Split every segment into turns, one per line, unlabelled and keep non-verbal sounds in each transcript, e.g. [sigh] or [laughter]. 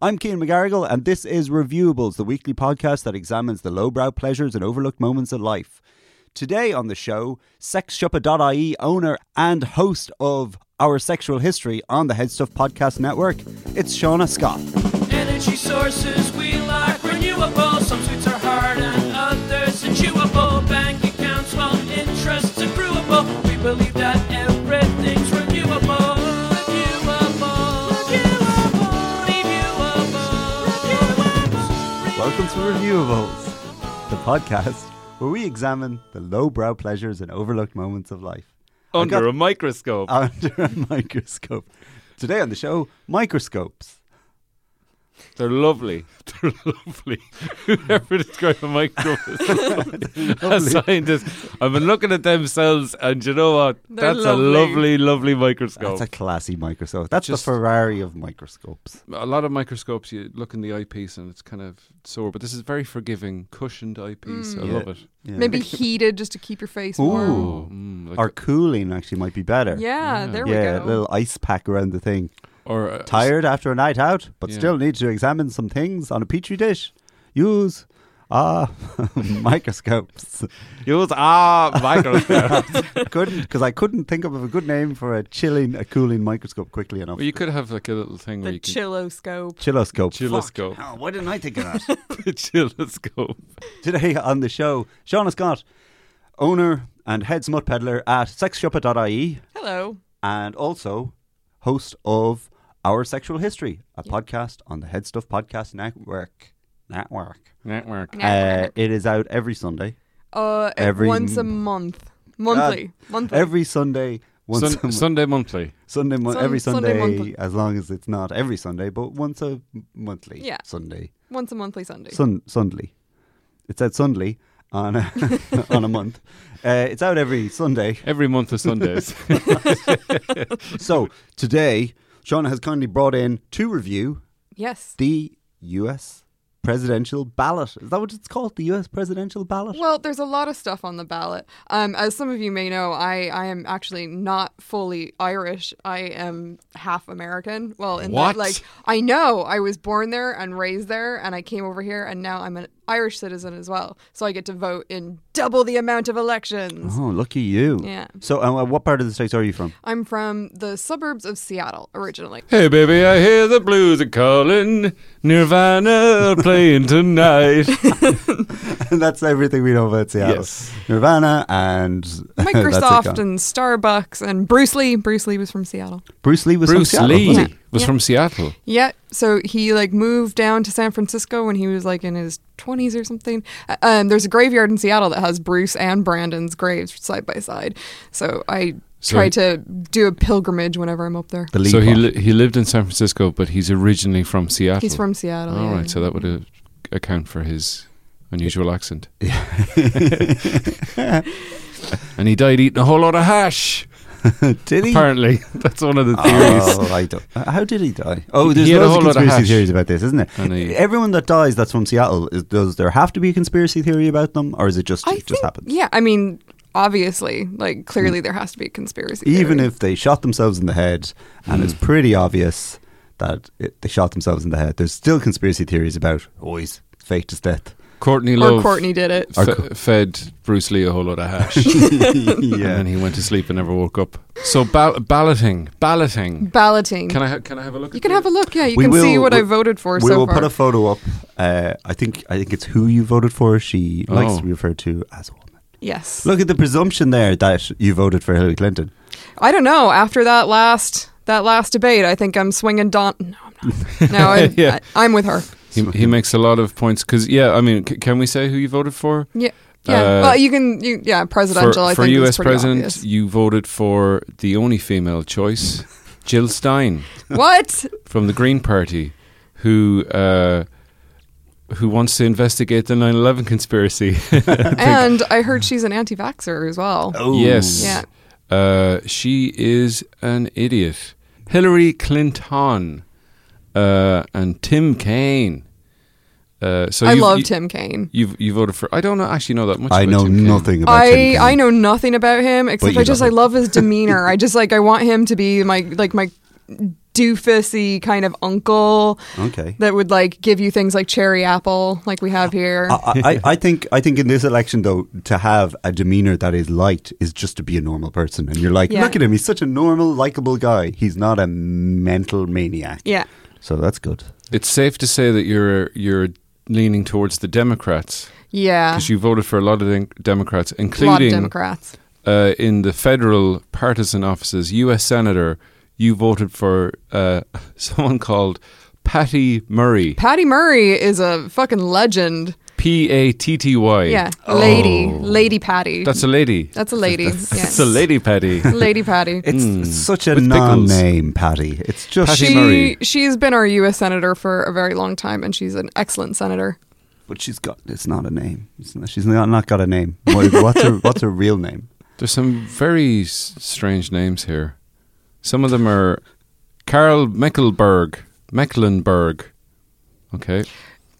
I'm Kean McGarrigle, and this is Reviewables, the weekly podcast that examines the lowbrow pleasures and overlooked moments of life. Today on the show, sexshopper.ie owner and host of Our Sexual History on the Headstuff Podcast Network, it's Shauna Scott.
Energy sources we like renewable. Some sweets are hard and others are chewable. Bank accounts, well, interests accruable. We believe that everything's renewable. Reviewable. Reviewable.
Welcome to Reviewables, the podcast where we examine the lowbrow pleasures and overlooked moments of life
under
got-
a microscope.
under a [laughs] microscope. Today on the show, microscopes.
They're lovely. [laughs] They're lovely. Whoever described a microscope [laughs] as a scientist, I've been looking at themselves, and you know what?
They're
That's
lovely.
a lovely, lovely microscope.
That's a classy microscope. That's
Just-
the Ferrari of microscopes.
a lot of microscopes, you look in the eyepiece, and it's kind of sore. But this is very forgiving, cushioned eyepiece. I
Yeah.
love it.
Yeah. [laughs]
Maybe heated just to keep your face warm.
Ooh.
Oh, mm, like-
Or cooling actually might be better.
Yeah.
Yeah, there we
yeah, a
go.
little ice pack around the thing.
or uh,
Tired after a night out, but
Yeah.
still need to examine some things on a petri dish. Use ah [laughs]
[laughs]
microscopes.
[laughs] Use ah [laughs] microscope.
couldn't because I couldn't think of a good name for a chilling, a cooling microscope quickly enough.
well, you could have like a little thing where
the
you can
chilloscope.
Chilloscope.
Chilloscope.
Fuck. Oh, why didn't I think of that? [laughs]
[laughs] chilloscope.
Today on the show, Shauna Scott, owner and head smut peddler at sexshopper.ie,
Hello.
and also host of Our Sexual History, a podcast on the Head Stuff Podcast Network. Network.
Network.
Uh, it is out every Sunday.
Uh,
every
once a
m-
month, monthly, monthly.
Every Sunday. Once
Sun-
a month.
Sunday monthly.
Sunday, mon-
Sun-
every Sunday,
Sunday monthly.
as long as it's not every Sunday, but once a m- monthly
Yeah.
Sunday.
once a monthly Sunday.
Sun Sundly. It's out Sundly on a,
[laughs]
on a [laughs] month. Uh, it's out every Sunday.
Every month of [laughs] Sundays.
So today, Shauna has kindly brought in to review
yes.
the U.S. presidential ballot. Is that what it's called? The U.S. presidential ballot?
Well, there's a lot of stuff on the ballot. Um, as some of you may know, I, I am actually not fully Irish. I am half American. Well, in
What?
that, like, I know I was born there and raised there, and I came over here, and now I'm an Irish citizen as well. So I get to vote in double the amount of elections.
Oh, lucky you.
Yeah.
So, uh, what part of the States are you from?
I'm from the suburbs of Seattle originally.
Hey baby, I hear the blues are calling. Nirvana are
[laughs]
playing tonight.
[laughs] That's everything we know about Seattle.
Yes.
Nirvana [laughs] and that's it
Microsoft
gone.
and Starbucks and Bruce Lee. Bruce Lee was from Seattle.
Bruce Lee was
Bruce
from Seattle,
Lee
wasn't he?
was
Yeah.
from Seattle.
Yeah, so he like moved down to San Francisco when he was like in his 20s or something. Uh, Um, there's a graveyard in Seattle that has Bruce and Brandon's graves side by side. So I
So
try
he-
to do a pilgrimage whenever I'm up there.
The Lee
so he
Pop.
li- he lived in San Francisco, but he's originally from Seattle.
He's from Seattle.
All
yeah.
right, so that would uh, account for his
[laughs]
unusual accent. and he died eating a whole lot of hash.
[laughs] Did he?
Apparently, [laughs] that's one of the theories.
Oh, I don't. uh, How did he die? Oh,
He-
there's
he had a
loads of
whole lot of
conspiracy
hash.
theories about this, isn't there?
And he-
Everyone that dies that's from Seattle, is, does there have to be a conspiracy theory about them, or is it just
I
it just
think-
happens? Mm.
Yeah, I mean, obviously, like clearly there has to be a conspiracy.
Even
theory.
if they shot themselves in the head, and
Hmm.
it's pretty obvious that it, they shot themselves in the head, there's still conspiracy theories about oh, always faked his
[laughs]
death.
Courtney
or
Love
Courtney did it.
fe- fed Bruce Lee a whole lot of hash, and
[laughs]
then
yeah.
he went to sleep and never woke up. So bal- balloting, balloting.
Balloting.
Can I ha- can I have a look?
you
at
can
the-
have a look. Yeah, you
We
can see
will-
what
we-
I voted for
We
so
will
far.
put a photo up. Uh, I think I think it's who you voted for. She likes
Oh.
to be referred to as a woman.
yes.
Look at the presumption there that you voted for Hillary Clinton.
I don't know. After that last that last debate, I think I'm swinging Don. No, I'm
[laughs]
not. No, I,
Yeah.
I, am with her.
He, he makes a lot of points because yeah, I mean, c- can we say who you voted for?
Yeah, yeah.
Uh,
well, you can. You, yeah,
For,
presidential. I
for
think is
U.S.
pretty
president,
obvious.
you voted for the only female choice, Jill Stein
[laughs]
[laughs]
What?
from the Green Party, who uh, who wants to investigate the 9/11 conspiracy. [laughs]
and I heard she's an anti-vaxxer as well.
Oh,
yes,
Yeah.
uh, she is an idiot. Hillary Clinton uh, and Tim Kaine. Uh, so
I
you've-
love
you-
Tim Kaine.
You've you voted for? I don't know, actually know that much.
I
about
know
Tim Kaine.
nothing about Tim
I
Kaine.
I know nothing about him except
you [laughs]
I just
love
I
him.
love his demeanor. I just like I want him to be my like my doofusy kind of uncle
Okay.
that would like give you things like cherry apple, like we have here.
Uh,
I, I, I think I think in this election though to have a demeanor that is light is just to be a normal person and you're like
Yeah.
look at him he's such a normal likable guy he's not a mental maniac
yeah.
so that's good
It's safe to say that you're you're leaning towards the Democrats
Yeah.
because you voted for a lot of dem- Democrats,
A lot of
including
Democrats.
uh, in the federal partisan offices, U.S. Senator, you voted for uh, [laughs] someone called Patty Murray,
Patty Murray is a fucking legend.
P A T T Y.
Yeah. Lady. Lady Patty.
Oh. That's a lady.
That's a lady. That's,
That's a lady, Patty.
[laughs] Lady Patty.
it's such a
With pickles.
non-name Patty it's just
Patty
she,
Murray.
She's been our U.S. senator for a very long time, and she's an excellent senator.
but she's got it's not a name It's not- she's not, not got a name What- what's her what's her real name
There's some very s- strange names here. Some of them are Carl Mecklenburg. Mecklenburg. Okay.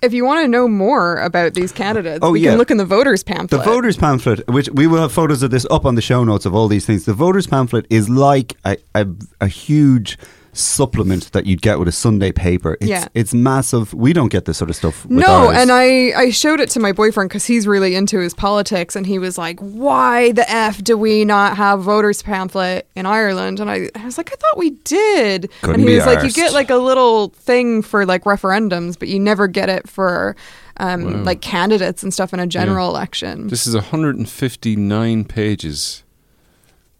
If you want to know more about these candidates,
Oh,
we
yeah.
can look in the voters
The
pamphlet.
voters pamphlet, which we will have photos of this up on the show notes of all these things. The voters pamphlet is like a, a, a huge supplement that you'd get with a Sunday paper. It's,
Yeah.
it's massive. We don't get this sort of stuff. With
No,
ours.
and I, I showed it to my boyfriend because he's really into his politics, and he was like, "Why the f do we not have voters pamphlet in Ireland?" And I, I was like, "I thought we did."
Couldn't
and he
be
was like, "You
arsed."
get like a little thing for like referendums, but you never get it for um, like candidates and stuff in a general election."
This is 159 pages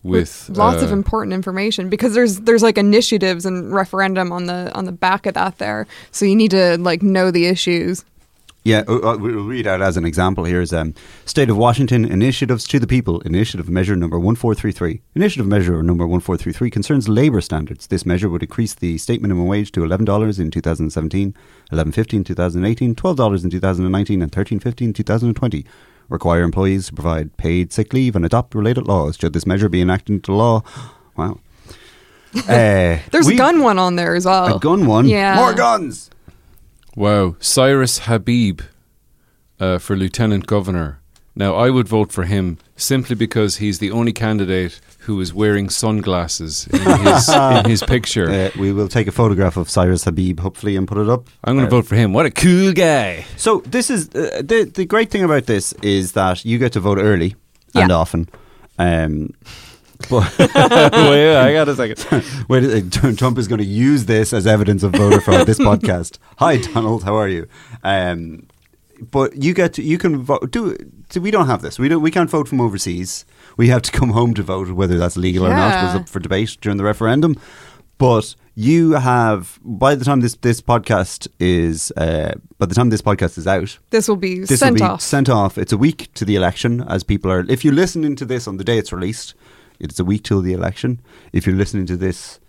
with,
lots of
uh,
important information because there's there's like initiatives and referendum on the on the back of that there so you need to like know the issues
Yeah, uh, uh, we'll read out as an example here is um, State of Washington Initiatives to the People, Initiative Measure Number 1433. Initiative Measure Number 1433 concerns labour standards. This measure would increase the state minimum wage to $11 in 2017, $11.50 in 2018, $12 in 2019, and $13.50 in 2020. Require employees to provide paid sick leave and adopt related laws. Should this measure be enacted into law?
[laughs]
Wow. Uh,
there's
we-
a gun one on there as well
A gun one?
yeah
More guns!
Wow. Cyrus Habib uh, for Lieutenant Governor. Now, I would vote for him simply because he's the only candidate who is wearing sunglasses in [laughs] his, in his picture.
Uh, we will take a photograph of Cyrus Habib, hopefully, and put it up.
I'm going to vote for him. What a cool guy.
So this is uh, the the great thing about this is that you get to vote early and
Yeah.
often. Um, but
Wait, I got a second.
[laughs] wait, a second. Trump is going to use this as evidence of voter fraud. This podcast. Hi, Donald. How are you? Um, but you get to, you can vote. Do so we don't have this. We don't. We can't vote from overseas. We have to come home to vote, whether that's legal or not. Was
Yeah.
up for debate during the referendum. But you have by the time this this podcast is uh, by the time this podcast is out,
this will be
this
sent
will be
off
sent off. It's a week to the election, as people are. If you're listening to this on the day it's released, it's a week till the election. If you're listening to this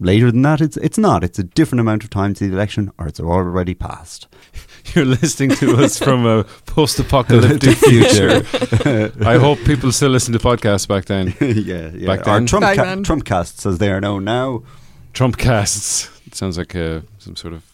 later than that, it's it's not. It's a different amount of time to the election, or it's already passed.
[laughs] You're listening to us from a post
[laughs]
apocalyptic future. I hope people still listen to podcasts back then.
yeah, yeah.
Back
Or
then.
Trump,
Back
ca-
then.
Trump casts, as they are known now.
Trump casts. It sounds like uh some sort of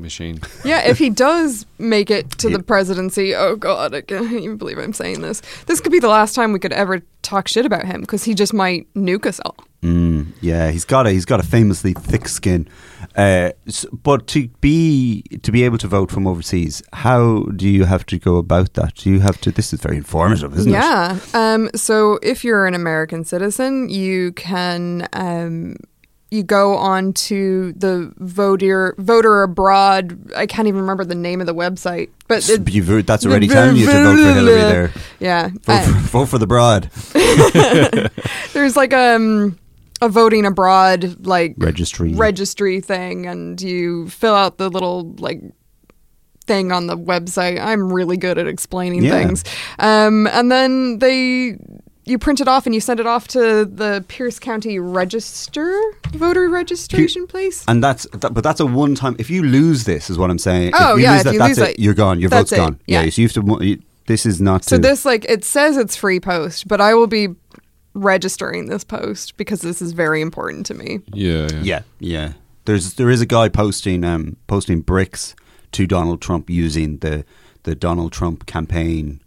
[laughs]
machine.
yeah if he does make it to
Yeah.
the presidency oh god i can't even believe i'm saying this this could be the last time we could ever talk shit about him because he just might nuke us all
Mm, yeah, he's got a he's got a famously thick skin. Uh, s- but to be to be able to vote from overseas, how do you have to go about that? Do you have to? This is very informative, isn't it?
yeah. Um, so if you're an American citizen, you can um, you go on to the voter voter abroad. I can't even remember the name of the website, but
S-
it,
but you've- that's already telling you to vote for Hillary there.
Yeah.
Vote for,
Uh,
vote for the broad.
there's like um, a voting abroad like
Registry.
registry thing, and you fill out the little like thing on the website. I'm really good at explaining
Yeah.
things. Um, and then they you print it off and you send it off to the Pierce County Register voter registration place.
and that's that, but that's a one time. If you lose this, is what I'm saying.
Oh,
if you
yeah,
lose
if
that,
you
that's
lose
it,
it,
You're gone. Your
that's
vote's
it,
gone. Yeah.
yeah.
so you have to. mo- You, this is not.
So
to-
this like it says it's free post, but I will be registering this post because this is very important to me.
Yeah, yeah.
Yeah, yeah. There's there is a guy posting um posting bricks to Donald Trump using the the Donald Trump campaign.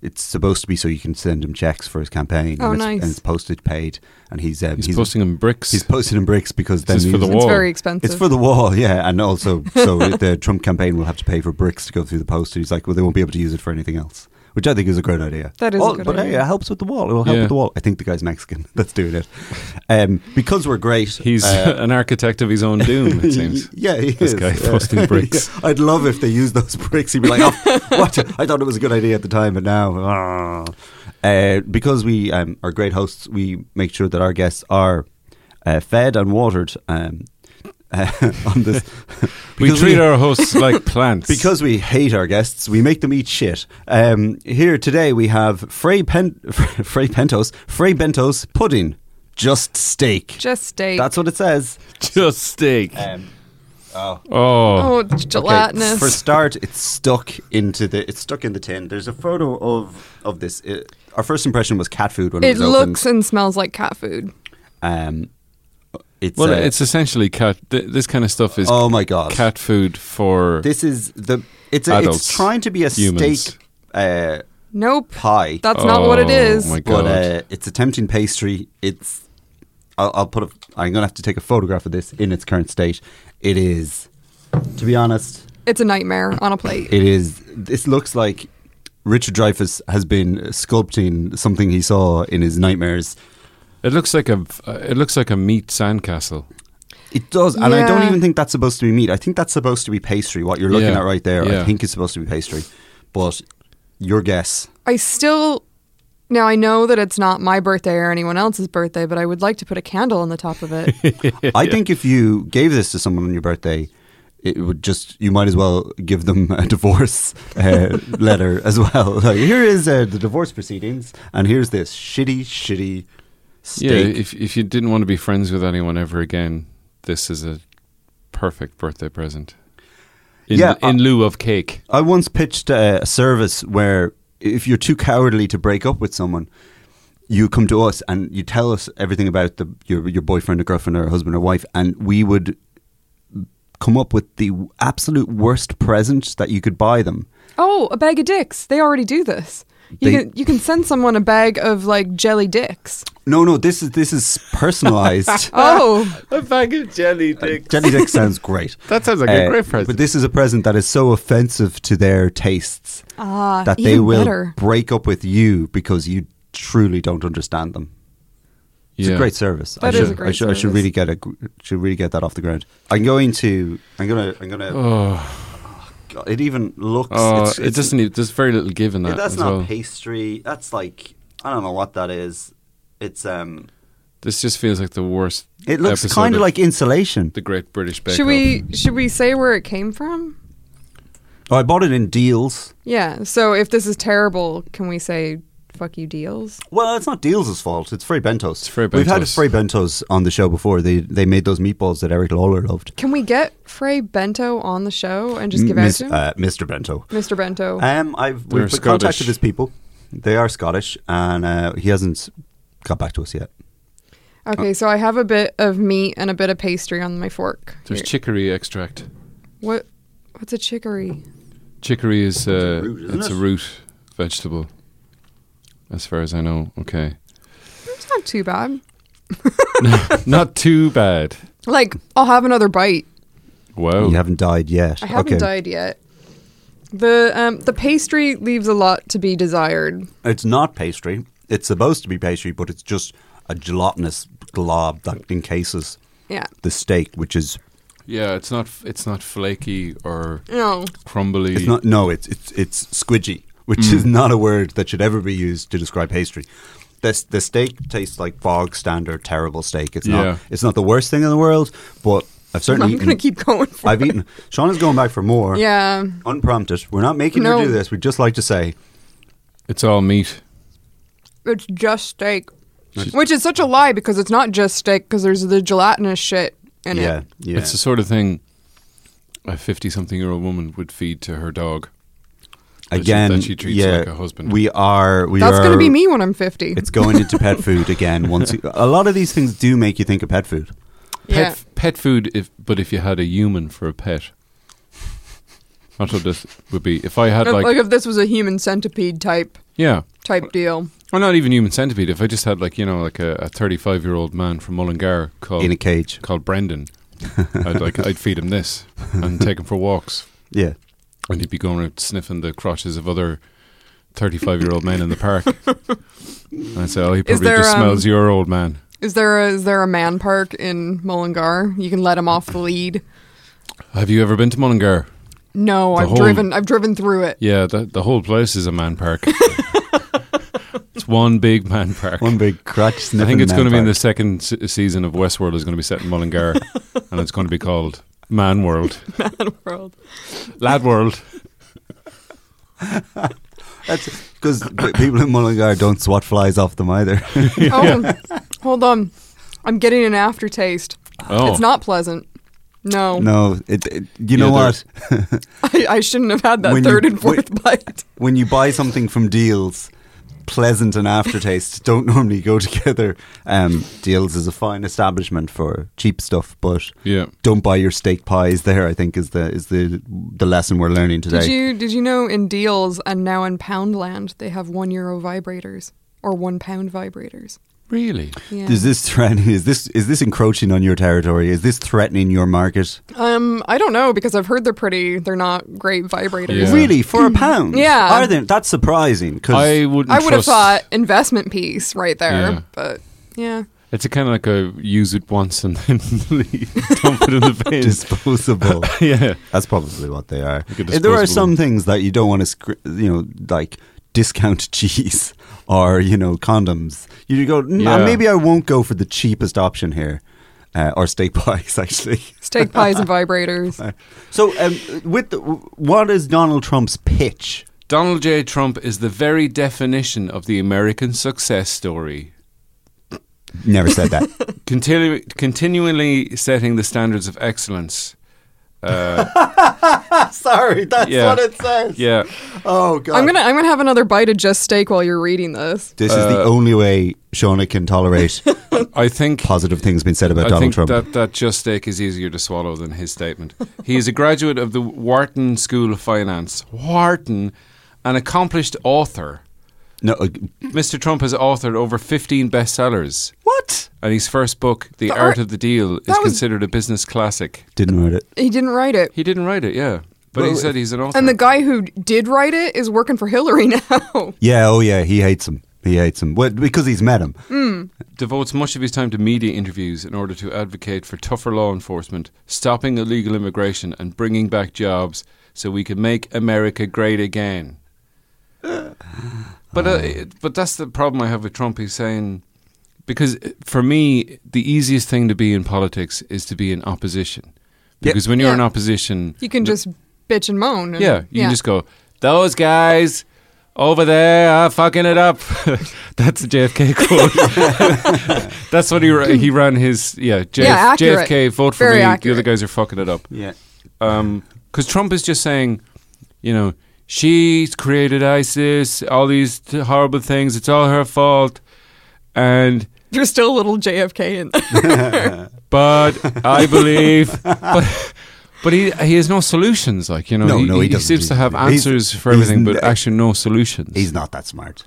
It's supposed to be so you can send him checks for his campaign.
Oh,
and, it's,
nice.
and it's postage paid. And he's um,
He's, posting him bricks.
He's posting in bricks because then
is for
he's-
the
It's
wall.
very expensive.
It's for the wall, [laughs] yeah, and also
[laughs]
so the Trump campaign will have to pay for bricks to go through the post. And he's like, well, they won't be able to use it for anything else, which I think is a great idea.
That is a
Oh,
good
but hey,
idea.
it helps with the wall. It will help
Yeah.
with the wall. I think the guy's Mexican. [laughs] That's doing it um, because we're great.
He's
uh,
[laughs] an architect of his own doom,
[laughs]
it seems.
Yeah, he
This
is.
guy
Yeah.
posting bricks.
Yeah. [laughs] I'd love if they used those bricks. He'd be like,
[laughs]
oh, what? I thought it was a good idea at the time, but now. ah." Uh, because we um, are great hosts, we make sure that our guests are uh, fed and watered um, [laughs] uh, on this.
[laughs] We
Because
treat our
[laughs]
hosts like plants.
because we hate our guests, we make them eat shit. Um, here today we have Frey, Pen- [laughs] Frey Pentos, Frey Bentos pudding, just steak.
Just steak.
That's what it says.
[laughs] just steak.
Um,
oh,
oh, it's gelatinous.
For start, it's stuck into the it's stuck in the tin. There's a photo of of this. It, our first impression was cat food when it,
it
was
looks
opened.
and smells like cat food.
Um, it's
well,
uh,
it's essentially cat. Th- this kind of stuff is
oh my god,
cat food for.
This is the it's a, it's
Adults.
trying to be a
Humans.
steak uh,
Nope.
pie.
That's not what it
Oh,
is.
my
but
God.
uh, it's a tempting pastry. It's I'll, I'll put a I'm gonna have to take a photograph of this in its current state. It is, to be honest,
It's a nightmare on a plate.
it is. This looks like Richard Dreyfuss has been sculpting something he saw in his nightmares.
it looks like a. uh, It looks like a meat sandcastle.
It does, and I don't
Yeah.
even think that's supposed to be meat. I think that's supposed to be pastry. What you're looking
Yeah,
at right there, I
yeah.
think is supposed to be pastry. But your
[laughs]
guess,
I still. Now, I know that it's not my birthday or anyone else's birthday, but I would like to put a candle on the top of it.
I think if you gave this to someone on your birthday, it would just you might as well give them a divorce
[laughs]
uh, letter as well. [laughs] Like, here is uh, the divorce proceedings, and here's this shitty, shitty steak.
Yeah, if if you didn't want to be friends with anyone ever again, this is a perfect birthday present. In,
Yeah, uh,
in lieu of cake.
I once pitched uh, a service where if you're too cowardly to break up with someone, you come to us and you tell us everything about the, your your boyfriend or girlfriend or husband or wife, and we would come up with the absolute worst present that you could buy them.
Oh, a bag of dicks. They already do this. You,
They-
can, you can send someone a bag of like jelly dicks.
No, no, this is this is personalized.
Oh,
A bag of jelly [laughs] dicks.
Jelly dick sounds great.
[laughs]
Uh,
That sounds like a great present.
But this is a present that is so offensive to their tastes
ah,
that
even
they will
better.
break up with you because you truly don't understand them. It's a great service.
That
I
is
should,
a great
I should, I should
service.
really get a, should really get that off the ground. I'm going to. I'm gonna. I'm gonna. Oh, God, it even looks.
Oh,
it's,
it
it's-
doesn't. Need, there's very little give in that.
that's
as
not
well.
pastry. That's like I don't know what that is. It's um.
This just feels like the worst.
It looks
episode
kind of like insulation.
the Great British Bake
Should
Off.
we should we say where it came from?
Oh, I bought it in deals.
Yeah. So if this is terrible, can we say fuck you deals?
Well, it's not Deals' fault. It's Frey Bentos. It's
Frei
We've had
Bentos.
Frey Bentos on the show before. They they made those meatballs that Eric Lawler loved.
Can we get Frey Bento on the show and just give
Miss-
out to him?
uh, Mr. Bento.
Mr. Bento?
Um, I've
They're
we've been
Scottish.
contacted his people. They are Scottish, and uh, he hasn't got back to us yet.
okay, so I have a bit of meat and a bit of pastry on my fork.
There's
Here.
chicory extract.
what what's a chicory?
Chicory is uh,
root, isn't
it's
it?
a root vegetable, as far as I know. Okay, [laughs]
It's not too bad.
not too bad.
Like I'll have another bite.
Wow.
You haven't died yet.
I haven't
okay.
died yet. The um, the pastry leaves a lot to be desired.
It's not pastry. It's supposed to be pastry, but it's just a gelatinous glob that encases
Yeah.
the steak, which is
yeah, it's not. It's not flaky or
No.
crumbly.
It's not. No, it's it's it's squidgy, which
Mm.
is not a word that should ever be used to describe pastry. This the steak tastes like bog standard terrible steak. It's
Yeah.
not. It's not the worst thing in the world, but I've certainly.
I'm
eaten,
gonna keep going for
I've eaten. Sean is going back for more.
Yeah.
Unprompted. We're not making
No.
her do this. We'd just like to say
It's all meat.
It's just steak. Which is such a lie because it's not just steak because there's the gelatinous shit in
yeah,
it.
yeah.
It's the sort of thing a fifty-something-year-old woman would feed to her dog. that she-
Again,
that she treats
yeah,
like a husband.
We are. We
That's
are,
going to be me when I'm 50.
It's going into pet food
[laughs]
again. Once you- a lot of these things do make you think of pet food.
Pet,
yeah.
pet food, if but if you had a human for a pet, I thought this would be if I had
If-
like,
like if this was a human centipede type
yeah,
type deal.
or not even human centipede. If I just had like you know like a 35 year old man from Mullingar called
in a cage. [laughs]
called Brendan, I'd like I'd feed him this and take him for walks,
Yeah.
and he'd be going around sniffing the crotches of other 35 year old men in the
[laughs]
park. And I'd say, oh, he probably
there,
just
um,
smells your old man.
Is there a, is there a man park in Mullingar? You can let him off the lead.
Have you ever been to Mullingar?
No,
The
I've
whole-
driven I've driven through it.
Yeah, the, the whole place is a
[laughs]
man park. it's one big man park.
One big crotch
I
sniffing.
think it's
man
going to be in the
park.
second se- season of Westworld is going to be set
[laughs]
in Mullingar, and it's going to be called Man World, [laughs]
World.
Lad World.
That's because people in Mullingar don't swat flies off them either. [laughs]
Oh, hold on. I'm getting an aftertaste.
Oh,
It's not pleasant. No.
no, it, it- you know
Yeah,
what?
[laughs] I, I shouldn't have had that
When you-
third and fourth [laughs] bite.
When you buy something from Deals, pleasant and aftertaste [laughs] don't normally go together. Um, Deals is a fine establishment for cheap stuff, but
Yeah,
don't buy your steak pies there. I think is the is the the lesson we're learning today.
Did you did you know in Deals and now in Poundland they have one euro vibrators or one pound vibrators?
really.
Yeah.
Is this threatening? Is this is this encroaching on your territory? Is this threatening your market?
Um, I don't know because I've heard they're pretty. They're not great vibrators.
Yeah.
Really, for a pound?
Mm. Yeah.
Are they, that's surprising. Cause
I wouldn't.
I would have
trust-
thought investment piece right there,
Yeah.
but yeah.
it's a kind of like a use it once and then [laughs] dump it in
[laughs]
the bin.
disposable.
[laughs] yeah,
that's probably what they are.
Like a
There are
disposable.
some things that you don't want to, scr- you know, like discount [laughs] cheese or you know condoms. You go, nah,
Yeah.
maybe I won't go for the cheapest option here, uh, or steak [laughs] pies actually.
Steak pies and
[laughs]
vibrators.
So, um, with the, what is Donald Trump's pitch?
Donald J. Trump is the very definition of the American success story.
Never said that.
Continu- continually setting the standards of excellence.
[laughs] Sorry, that's
Yeah.
what it says.
Yeah.
Oh god.
I'm gonna I'm gonna have another bite of just steak while you're reading this.
This
Uh,
is the only way Shauna can
[laughs]
tolerate
I think
positive things being said about
I
Donald
think
Trump.
that that just steak is easier to swallow than his statement. he is a graduate of the Wharton School of Finance. Wharton, an accomplished author.
no, uh,
Mr. Trump has authored over 15 bestsellers,
what?
and his first book, The, Art,
Art-
of the Deal, is
that was-
considered a business classic.
Didn't write it.
He didn't write it,
He didn't write it, yeah, but he
Well,
said he's an author.
and the guy who did write it is working for Hillary [laughs] now.
Yeah, oh yeah, he hates him. He hates him. Well, because he's met him.
devotes much of his time to media interviews in order to advocate for tougher law enforcement, stopping illegal immigration, and bringing back jobs so we can make America great again. But uh, it- but that's the problem I have with Trump. He's saying because uh, for me the easiest thing to be in politics is to be in opposition because when you're in
Yeah.
opposition
You can just bitch and moan. and-
yeah, you can just go, those guys over there are fucking it up. [laughs] That's a
[laughs]
JFK quote. [laughs] That's what he ra- he ran his yeah, JF,
Yeah, accurate.
JFK vote for
Very
me. The
accurate.
other guys are fucking it up.
Yeah.
Because Trump is just saying, you know, she's created ISIS, all these t- horrible things. It's all her fault, and
There's still a little JFK
[laughs]
in there.
but
[laughs]
I believe. But, but he he has no solutions. Like you know,
No,
he,
no, he doesn't.
seems to have
He's-
answers for
he's
everything, but
n-
actually no solutions.
He's not that smart.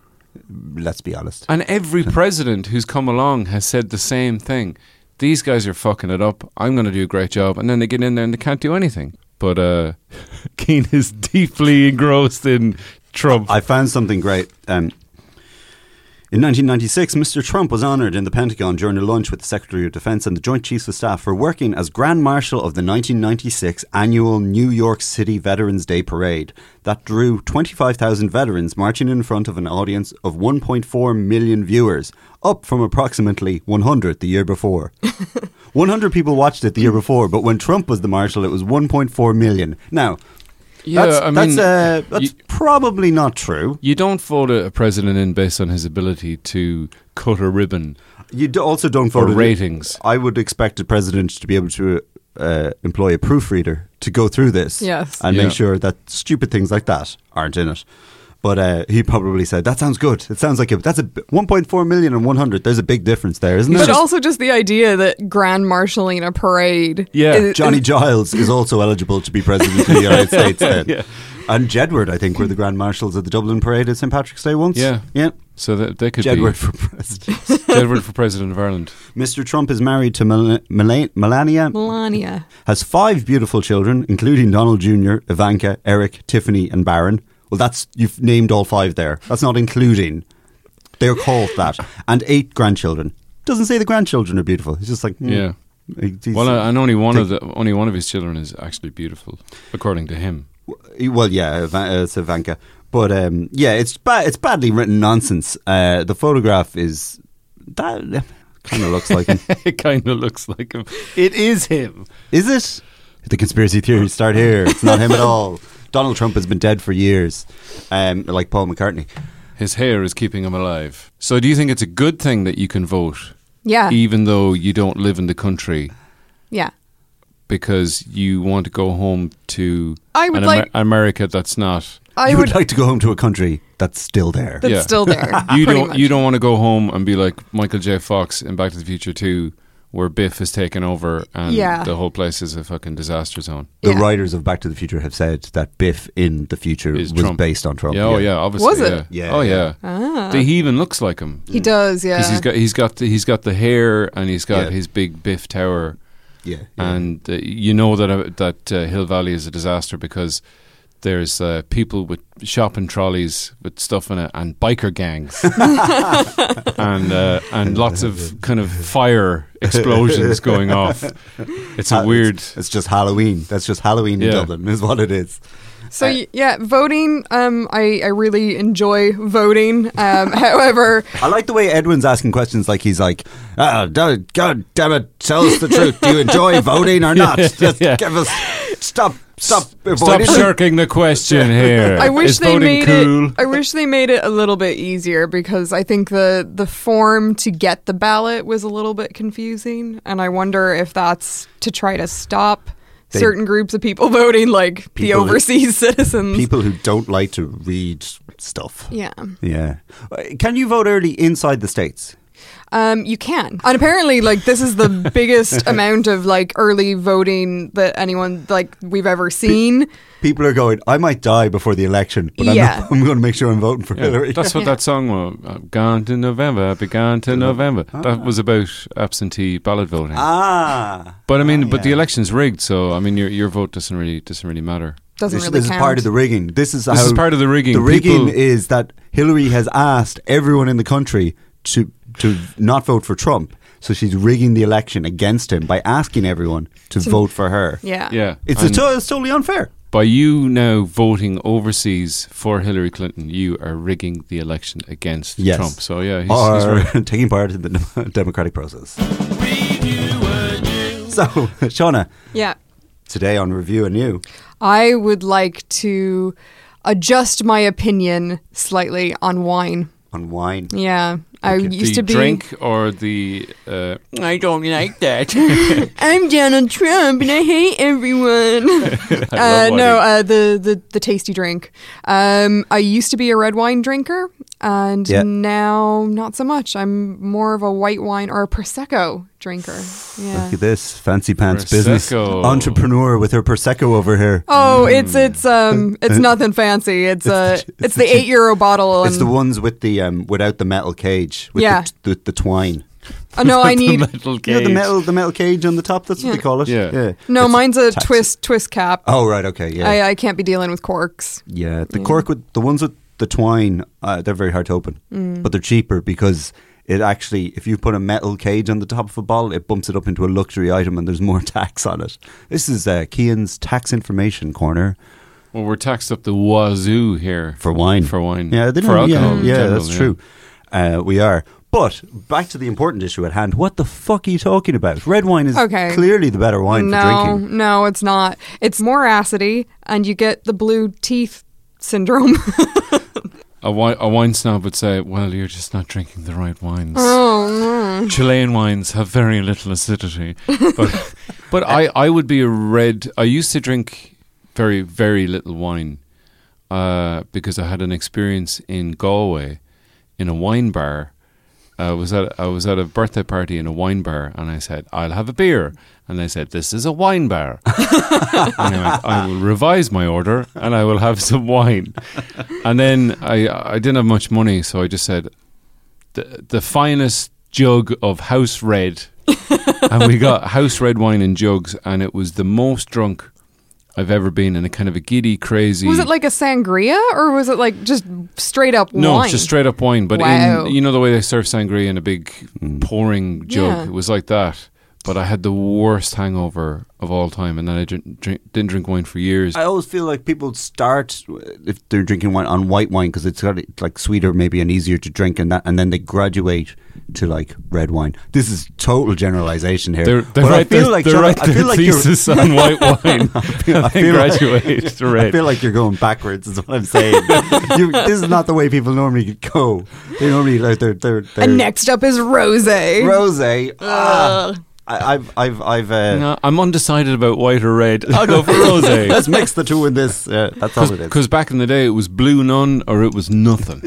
Let's be honest.
and
[laughs]
every president who's come along has said the same thing. These guys are fucking it up. I'm going to do a great job, and then they get in there and they can't do anything. But uh, [laughs] Keane is deeply engrossed in Trump.
I found something great. Um, in 1996, Mr. Trump was honored in the Pentagon during a lunch with the Secretary of Defense and the Joint Chiefs of Staff for working as Grand Marshal of the 1996 annual New York City Veterans Day Parade that drew 25,000 veterans marching in front of an audience of 1.4 million viewers, up from approximately 100 the year before. 100 people watched it the year before, but when Trump was the Marshal, it was 1.4 million. Now,
yeah,
that's,
I
that's,
mean,
uh, that's
you,
probably not true.
you don't vote a a president in based on his ability to cut a ribbon.
You d- also don't
Or
vote in-
ratings.
I would expect a president to be able to uh, employ a proofreader to go through this,
Yes.
and
Yeah.
make sure that stupid things like that aren't in it. But uh, he probably said that sounds good. It sounds like a, that's a b- 1.4 million and 100. There's a big difference there, isn't
But
there?
also just the idea that grand marshalling a parade.
Yeah,
is-
[laughs] Johnny Giles is also eligible to be president of the
[laughs]
United States then. And Jedward, I think, were the grand marshals at the Dublin parade at St Patrick's Day once.
Yeah.
yeah.
So that they could
Jedward
be
for [laughs] president.
Jedward for president of Ireland.
Mr. Trump is married to Mel- Mela- Melania,
Melania.
has five beautiful children, including Donald Jr., Ivanka, Eric, Tiffany, and Barron. Well, that's you've named all five there. That's not including. They're called that, and eight grandchildren. Doesn't say the grandchildren are beautiful. It's just like hmm.
Yeah.
He's-
Well, uh, and only one of the only one of his children is actually beautiful, according to
[laughs]
him.
Well, yeah, Iva- uh, it's Ivanka, but um, yeah, it's ba- it's badly written nonsense. Uh, the photograph is that kind of looks
Hmm.
[laughs]
like him.
it kind of looks like him. It is him.
Is it? The conspiracy theories start here. It's not him at all. Donald Trump has been dead for years, um, like Paul McCartney.
His hair is keeping him alive. So, do you think it's a good thing that you can vote,
Yeah.
even though you don't live in the country,
yeah.
because you want to go home to
I would
an
like-
America that's not?
I
you would,
would
like to go home to a country that's still there.
that's
Yeah.
still there.
[laughs] You
Ah, pretty
don't.
much.
You don't want to go home and be like Michael J. Fox in Back to the Future Two, where Biff is taken over and
Yeah.
the whole place is a fucking disaster zone.
the
yeah.
writers of Back to the Future have said that Biff in the future
Is
was
Trump.
based on Trump.
Yeah, oh yeah, obviously.
Was it?
Yeah.
Yeah,
oh
yeah.
yeah. The- he even looks like him.
He does, yeah.
'Cause He's got he's got the, he's got the hair and he's got
Yeah.
his big Biff Tower,
yeah,
and uh, you know that uh, that uh, Hill Valley is a disaster because there's uh, people with shopping trolleys with stuff in it and biker
[laughs]
gangs [laughs] and uh, and lots of kind of fire explosions going off. It's
Ha-
a weird.
Uh, It's, it's just Halloween. That's just Halloween in
Yeah.
Dublin, is what it is.
So y yeah, voting. Um, I I really enjoy voting. Um, [laughs] however,
I like the way Edwin's asking questions like he's like, oh, d- God damn it, tell us the truth. Do you enjoy voting or not? Just
[laughs] Yeah.
give us. Stop, stop,
Stop
avoiding it."
shirking the question here.
[laughs] I wish
Is
they
voting
made
cool?
it. I wish they made it a little bit easier because I think the the form to get the ballot was a little bit confusing, and I wonder if that's to try to stop
They-
certain groups of people [laughs] voting, like the
People that-
overseas [laughs] citizens.
People who don't like to read stuff.
yeah.
Yeah. Uh, Can you vote early inside the states?
Um, you can. And apparently, like, this is the
[laughs]
biggest amount of, like, early voting that anyone, like, we've ever seen.
People are going, I might die before the election, but I'm,
Yeah.
not, [laughs] I'm going to make sure I'm voting for
Yeah,
Hillary.
That's what
Yeah.
that song was. uh, Gone to November, be gone to November. That was about absentee ballot voting.
[laughs] ah.
but I mean,
ah,
but the
yeah.
election's rigged, so I mean, your your vote doesn't really doesn't really matter.
Doesn't
This,
really
this is
count.
part of the rigging. This is
This
how
is part of the rigging.
The rigging
People-
is that Hillary has asked everyone in the country to to not vote for Trump, so she's rigging the election against him by asking everyone to vote for her.
yeah.
Yeah,
It's,
and
it's to- it's totally unfair.
by you now voting overseas for Hillary Clinton, you are rigging the election against
Yes.
Trump. So yeah, he's,
or
he's
[laughs]
right.
taking part in the [laughs] dem- democratic process.
Review anew.
[laughs] So, Shauna,
Yeah.
today on Review and You,
I would like to adjust my opinion slightly on wine.
on wine.
Yeah. I used
the
to be.
drink or the uh, I don't like [laughs]
[laughs]
that.
Uh, I'm Donald Trump and I hate everyone.
[laughs]
uh,
love
no,
wine.
uh, the, the the tasty drink. Um, I used to be a red wine drinker, and
Yeah.
now not so much. I'm more of a white wine or a prosecco drinker. Yeah.
Look at this fancy pants business
Prosecco.
entrepreneur with her prosecco over here.
Oh, it's it's um
[laughs]
it's nothing fancy. It's uh
Mm. the-
it's the eight euro bottle. And,
It's the ones with the um, without the metal cage, with
Yeah.
the, t- the, the twine. [laughs]
oh, no, I
the
need
metal
You know, the
cage.
metal, the metal cage on the top. That's what
Yeah.
they call it.
Yeah.
no.
It's-
mine's a
taxi.
twist twist cap.
Oh right, okay, yeah,
I, I can't be dealing with corks.
yeah. The cork with the ones with the twine, uh, they're very hard to open,
Mm.
but they're cheaper because it actually, if you put a metal cage on the top of a bottle, it bumps it up into a luxury item, and there's more [laughs] tax on it. This is uh, Kian's tax information corner
Well, we're taxed up the wazoo here
for wine.
For wine,
yeah, they
for
don't- yeah,
alcohol. in
Yeah,
general,
that's true. Uh, we are. But back to the important issue at hand. What the fuck are you talking about? Red wine is
Okay.
clearly the better wine for
No,
drinking.
no, it's not. It's more acidity, and you get the blue teeth syndrome. [laughs]
A, wi- a wine snob would say, "Well, you're just not drinking the right wines.
oh,
Chilean wines have very little acidity." But, but I, I would be a red. I used to drink very, very little wine uh, because I had an experience in Galway in a wine bar. I was at I was at a birthday party in a wine bar, and I said, "I'll have a beer," and they said, "This is a wine
[laughs]
bar." and I went, "I will revise my order, and I will have some wine." And then I I didn't have much money, so I just said, "the the finest jug of house
[laughs]
red," and we got house red wine in jugs, and it was the most drunk I've ever been in a kind of a giddy, crazy.
Was it like a sangria or was it like just straight up
No,
wine?
it's just straight up wine. But
Wow.
in, you know the way they serve sangria in a big
Mm.
pouring jug.
Yeah.
It was like that. But I had the worst hangover of all time, and then I didn't drink, didn't drink wine for years.
I always feel like people start uh, if they're drinking wine on white wine because it's got it's like sweeter, maybe, and easier to drink, and that, and then they graduate to like red wine. This is total generalization here.
they're they're
But
right, they're,
like
they're
John,
right
I feel
their
like you're. [laughs]
thesis on white wine. I
feel like-
graduate
[laughs]
to
I
red.
feel like you're going backwards. Is what I'm saying. [laughs] you, this is not the way people normally go. They normally like they're they're, they're
and next up is rose.
rosé. Ah, I, I've I've I've. Uh,
No, I'm undecided about white or red.
[laughs]
I'll [laughs] go for rosé.
Let's mix the two in this. Uh, that's all it is.
Because back in the day, it was blue nun or it was nothing.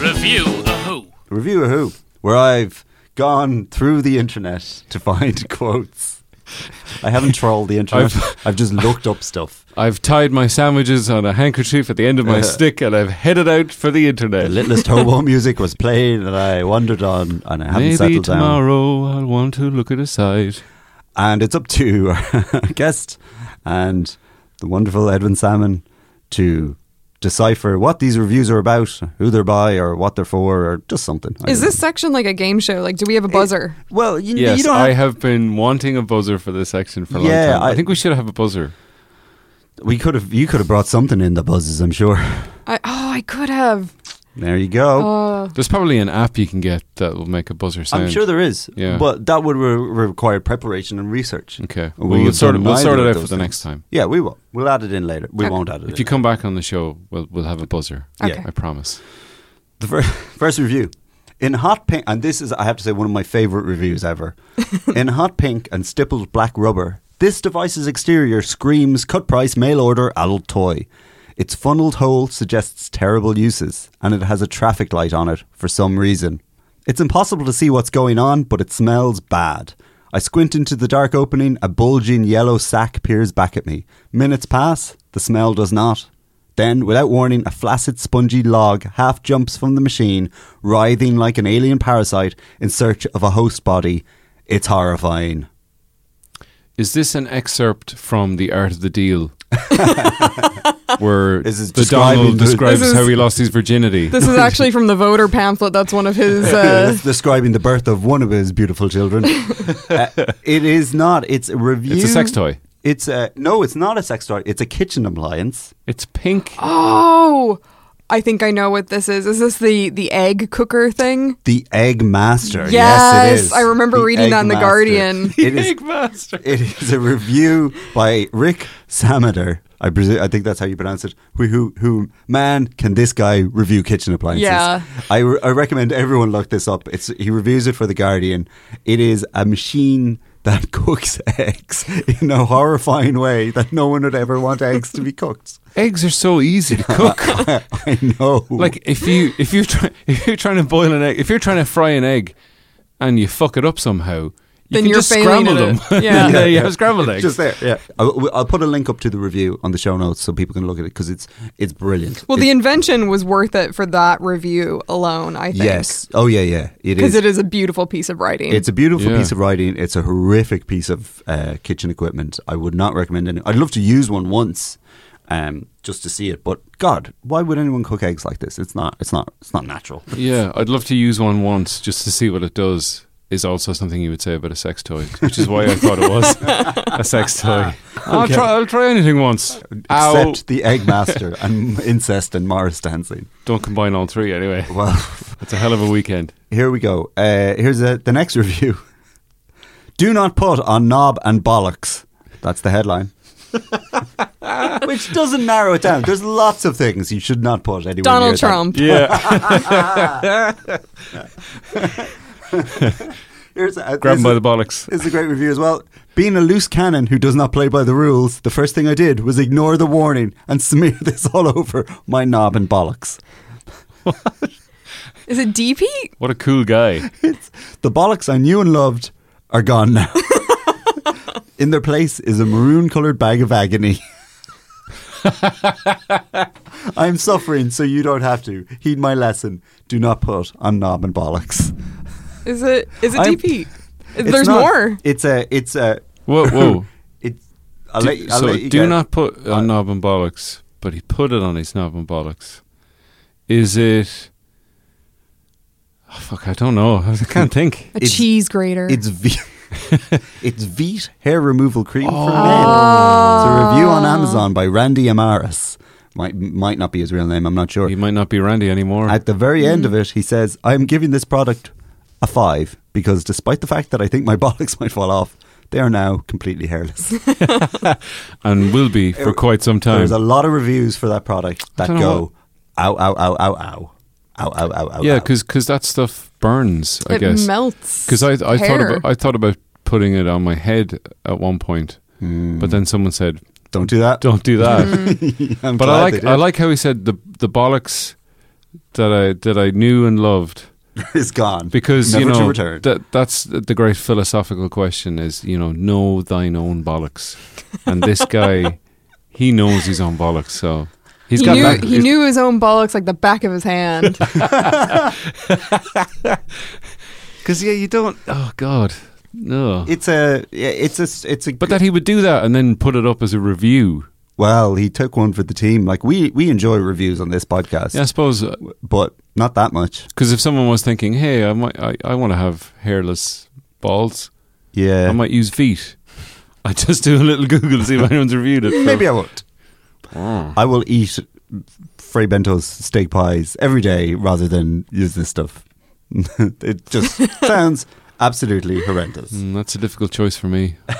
Review a who.
Review a Who, where I've gone through the internet to find [laughs] quotes. I haven't trolled the internet. I've, just looked up stuff.
I've tied my sandwiches on a handkerchief at the end of my stick, and I've headed out for the internet.
Uh-huh. The littlest hobo music was played, and I wandered on, and I haven't
Maybe
settled down.
tomorrow I'll want to look at a site.
And it's up to our [laughs] guest and the wonderful Edwin Salmon to decipher what these reviews are about, who they're by, or what they're for, or just something. I
Is
don't
this section like a game show? Like, do we have a buzzer?
know. well? You,
Yes,
you don't have
I have been wanting a buzzer for this section for a
Yeah,
long time. I,
I-
think we should have a buzzer.
we could have. You could have brought something in the buzzes. I'm sure.
I, oh, I could have.
There you go.
Uh,
There's probably an app you can get that will make a buzzer sound.
I'm sure there is,
Yeah.
but that would re- require preparation and research.
Okay,
We
well, we'll
have
sort it,
done
we'll
neither
sort it
of
out for
those
the
things.
next time.
Yeah, we will. We'll add it in later. We
Okay.
won't add it.
If
in.
you come back on the show, we'll we'll have a buzzer.
Okay.
Yeah.
I promise.
the fir- [laughs] first review in hot pink, and this is I have to say one of my favorite reviews ever. in hot pink and stippled black rubber, this device's exterior screams cut price mail order adult toy. Its funneled hole suggests terrible uses, and it has a traffic light on it for some reason. It's impossible to see what's going on, but it smells bad. I squint into the dark opening, a bulging yellow sack peers back at me. Minutes pass, the smell does not. Then, without warning, a flaccid, spongy log half jumps from the machine, writhing like an alien parasite in search of a host body. It's horrifying.
Is this an excerpt from the Art of the
[laughs]
Deal? where
This is
the
describing
Donald
the-
describes
This is-
how he lost his virginity.
this is actually from the voter pamphlet. That's one of his.
[laughs]
Uh,
It's describing the birth of one of his beautiful
[laughs]
children. Uh, it is not. It's a review.
it's a sex toy.
It's a no. It's not a sex toy. It's a kitchen appliance.
It's pink.
oh, I think I know what this is. Is this the the egg cooker thing?
The Egg Master. Yes, it
Yes,
is.
I remember
The
reading
Egg
that in The
Master.
Guardian.
It
[laughs]
is
Egg master.
It is a review by Rick Sameter. I presume, I think that's how you pronounce it. Who, who, who, man, can this guy review kitchen appliances?
Yeah.
I, re- I recommend everyone look this up. It's he reviews it for the Guardian. It is a machine that [laughs] cooks eggs in a horrifying way that no one would ever want eggs to be cooked. [laughs]
Eggs are so easy to cook.
I know. [laughs]
like if you if you try, [laughs] if you're trying to boil an egg, if you're trying to fry an egg, and you fuck it up somehow, you
Then
can
you're
just
failing
scramble
at
them. [laughs]
it. Yeah.
yeah, you have scrambled eggs.
just there. Yeah, I'll, I'll put a link up to the review on the show notes so people can look at it because it's it's brilliant.
Well,
It's-
the invention was worth it for that review alone. I think.
yes, oh yeah, yeah, it
Because
is.
it is a beautiful piece of writing.
It's a beautiful
Yeah.
piece of writing. It's a horrific piece of uh, kitchen equipment. I would not recommend any. I'd love to use one once, um, just to see it. But God, why would anyone cook eggs like this? It's not. It's not. It's not natural.
[laughs] yeah, I'd love to use one once just to see what it does. Is also something you would say about a sex toy, which is why I thought it
[laughs]
was a sex toy. I'll try. I'll try anything once. Ow!
Except the egg master and [laughs] incest and Morris dancing.
Don't combine all three anyway.
Well,
It's a hell of a weekend.
here we go. Uh, here's a, the next review. Do not put on knob and bollocks. That's the
[laughs]
headline. Which doesn't narrow it down. There's lots of things you should not put anywhere. near
Donald
them.
Trump.
Yeah.
Here's a,
[laughs] Grab him
this [laughs]
by
is-
the bollocks.
This is a great review as well. Being a loose cannon who does not play by the rules, the first thing I did was ignore the warning and [laughs] smear this all over my knob and bollocks. [laughs]
Is it DP?
What a cool guy.
The bollocks I knew and loved are gone
[laughs]
now. In their place is a maroon coloured bag of agony. [laughs] I'm suffering, so you don't have to. Heed my lesson. Do not put on knob and bollocks.
Is it is it
I'm-
DP?
It's
There's
not-
more.
It's a. It's a.
Whoa, whoa.
It's. I'll
Do-
let you, I'll
so
let you
do
go.
not put on knob and bollocks, but he put it on his knob and bollocks. Is it? Oh, fuck, I don't know. [laughs] I can't think.
A
it's-
cheese grater.
It's V. [laughs] it's Veet hair removal cream for
Oh.
men. It's a
Oh.
review on Amazon by Randy Amaris. Might might not be his real name. I'm not sure.
He might not be Randy anymore.
At the very end
Hmm.
of it, he says, "I am giving this product a five because, despite the fact that I think my [laughs] bollocks might fall off, they are now completely
[laughs]
hairless."
and will be for quite some time.
There's a lot of reviews for that product that
don't know
go, "Ow, ow, ow, ow, ow, ow, ow, ow, ow."
yeah,
ow."
because that stuff burns. I
it
guess
melts.
because I I thought
hair.
about I thought about putting it on my head at one point,
Hmm.
but then someone said,
don't do that.
"Don't do
[laughs]
[laughs]
that."
Mm.
I'm
But
glad
I
they
like
did.
I like how he said the the bollocks that I that I knew and loved
[laughs] it's gone
because
never
you
to
know
return.
that that's the great philosophical question is you know know thine own bollocks, and this
[laughs]
guy he knows his own bollocks, so he's
he
got
knew
that.
he knew his own bollocks like the back of
[laughs]
his hand.
because yeah, you don't. Oh God, no.
it's a. It's a. It's a.
but that he would do that and then put it up as a review.
Well, he took one for the team. Like we we enjoy reviews on this podcast,
Yeah, I suppose
but not that much.
because if someone was thinking, "Hey, I might, I, I want to have hairless balls.
Yeah,
I might use feet." [laughs] I just do a little Google to see if anyone's reviewed
[laughs]
it.
maybe I won't. I will eat Frey Bento's steak pies every day rather than use this stuff. [laughs] it just sounds absolutely horrendous.
Mm, that's a difficult choice for
[laughs]
me. I'd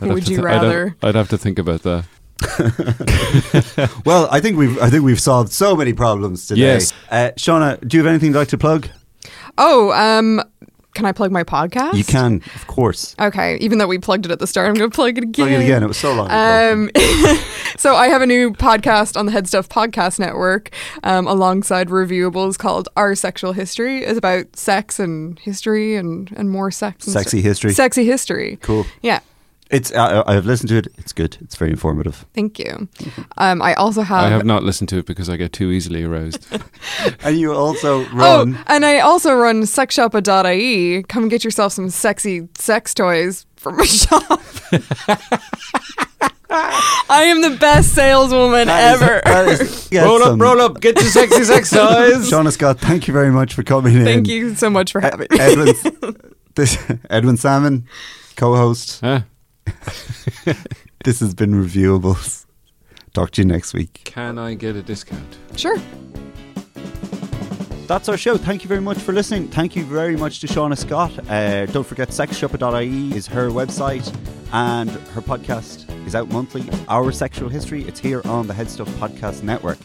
have
Would
to
you
I'd have-
rather?
I'd, have to think about that.
Well, I think we've I think we've solved so many problems today.
Yes.
uh, Shauna, do you have anything you'd like to plug?
oh, um, can I plug my podcast?
You can, of course.
Okay, even though we plugged it at the start, I'm going to plug it again.
Plug it again. It was so long. ago.
Um, [laughs] so I have a new podcast on the Head Stuff Podcast Network, um, alongside Reviewables, called Our Sexual History. It's about sex and history and and more sex. And
Sexy history.
Sexy history.
cool.
Yeah.
It's uh, I've listened to it. It's good. It's very informative.
Thank you. Um, I also have.
I have not listened to it because I get too easily aroused.
And you also run.
Oh, and I also run sexshop.ie. E. Come get yourself some sexy sex toys from
[laughs]
my [laughs] shop. I am the best saleswoman
That is-
ever.
that
[laughs]
is- yeah, some-
up, get your
[laughs]
sexy sex toys.
Shauna Scott, thank you very much for coming in. E-
Thank you so much for having me.
Edwin, this, Edwin Salmon, co host.
Huh?
This has been Reviewables. Talk to you next week.
Can I get a discount?
Sure.
That's our show. Thank you very much for listening. Thank you very much to Shauna Scott. Uh, don't forget, sexshopper.ie E is her website, and her podcast is out monthly. Our Sexual History. It's here on the Headstuff Podcast Network.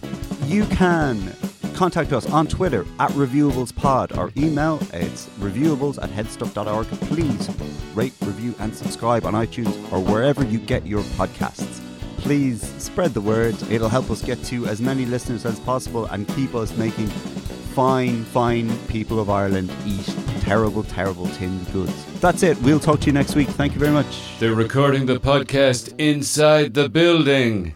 You can contact us on Twitter at ReviewablesPod. Our email it's reviewables at headstuff.org. Please rate, review, and subscribe on iTunes or wherever you get your podcasts please spread the word. It'll help us get to as many listeners as possible and keep us making fine, fine people of Ireland eat terrible, terrible tinned goods. That's it. We'll talk to you next week. Thank you very much.
They're recording the podcast inside the building.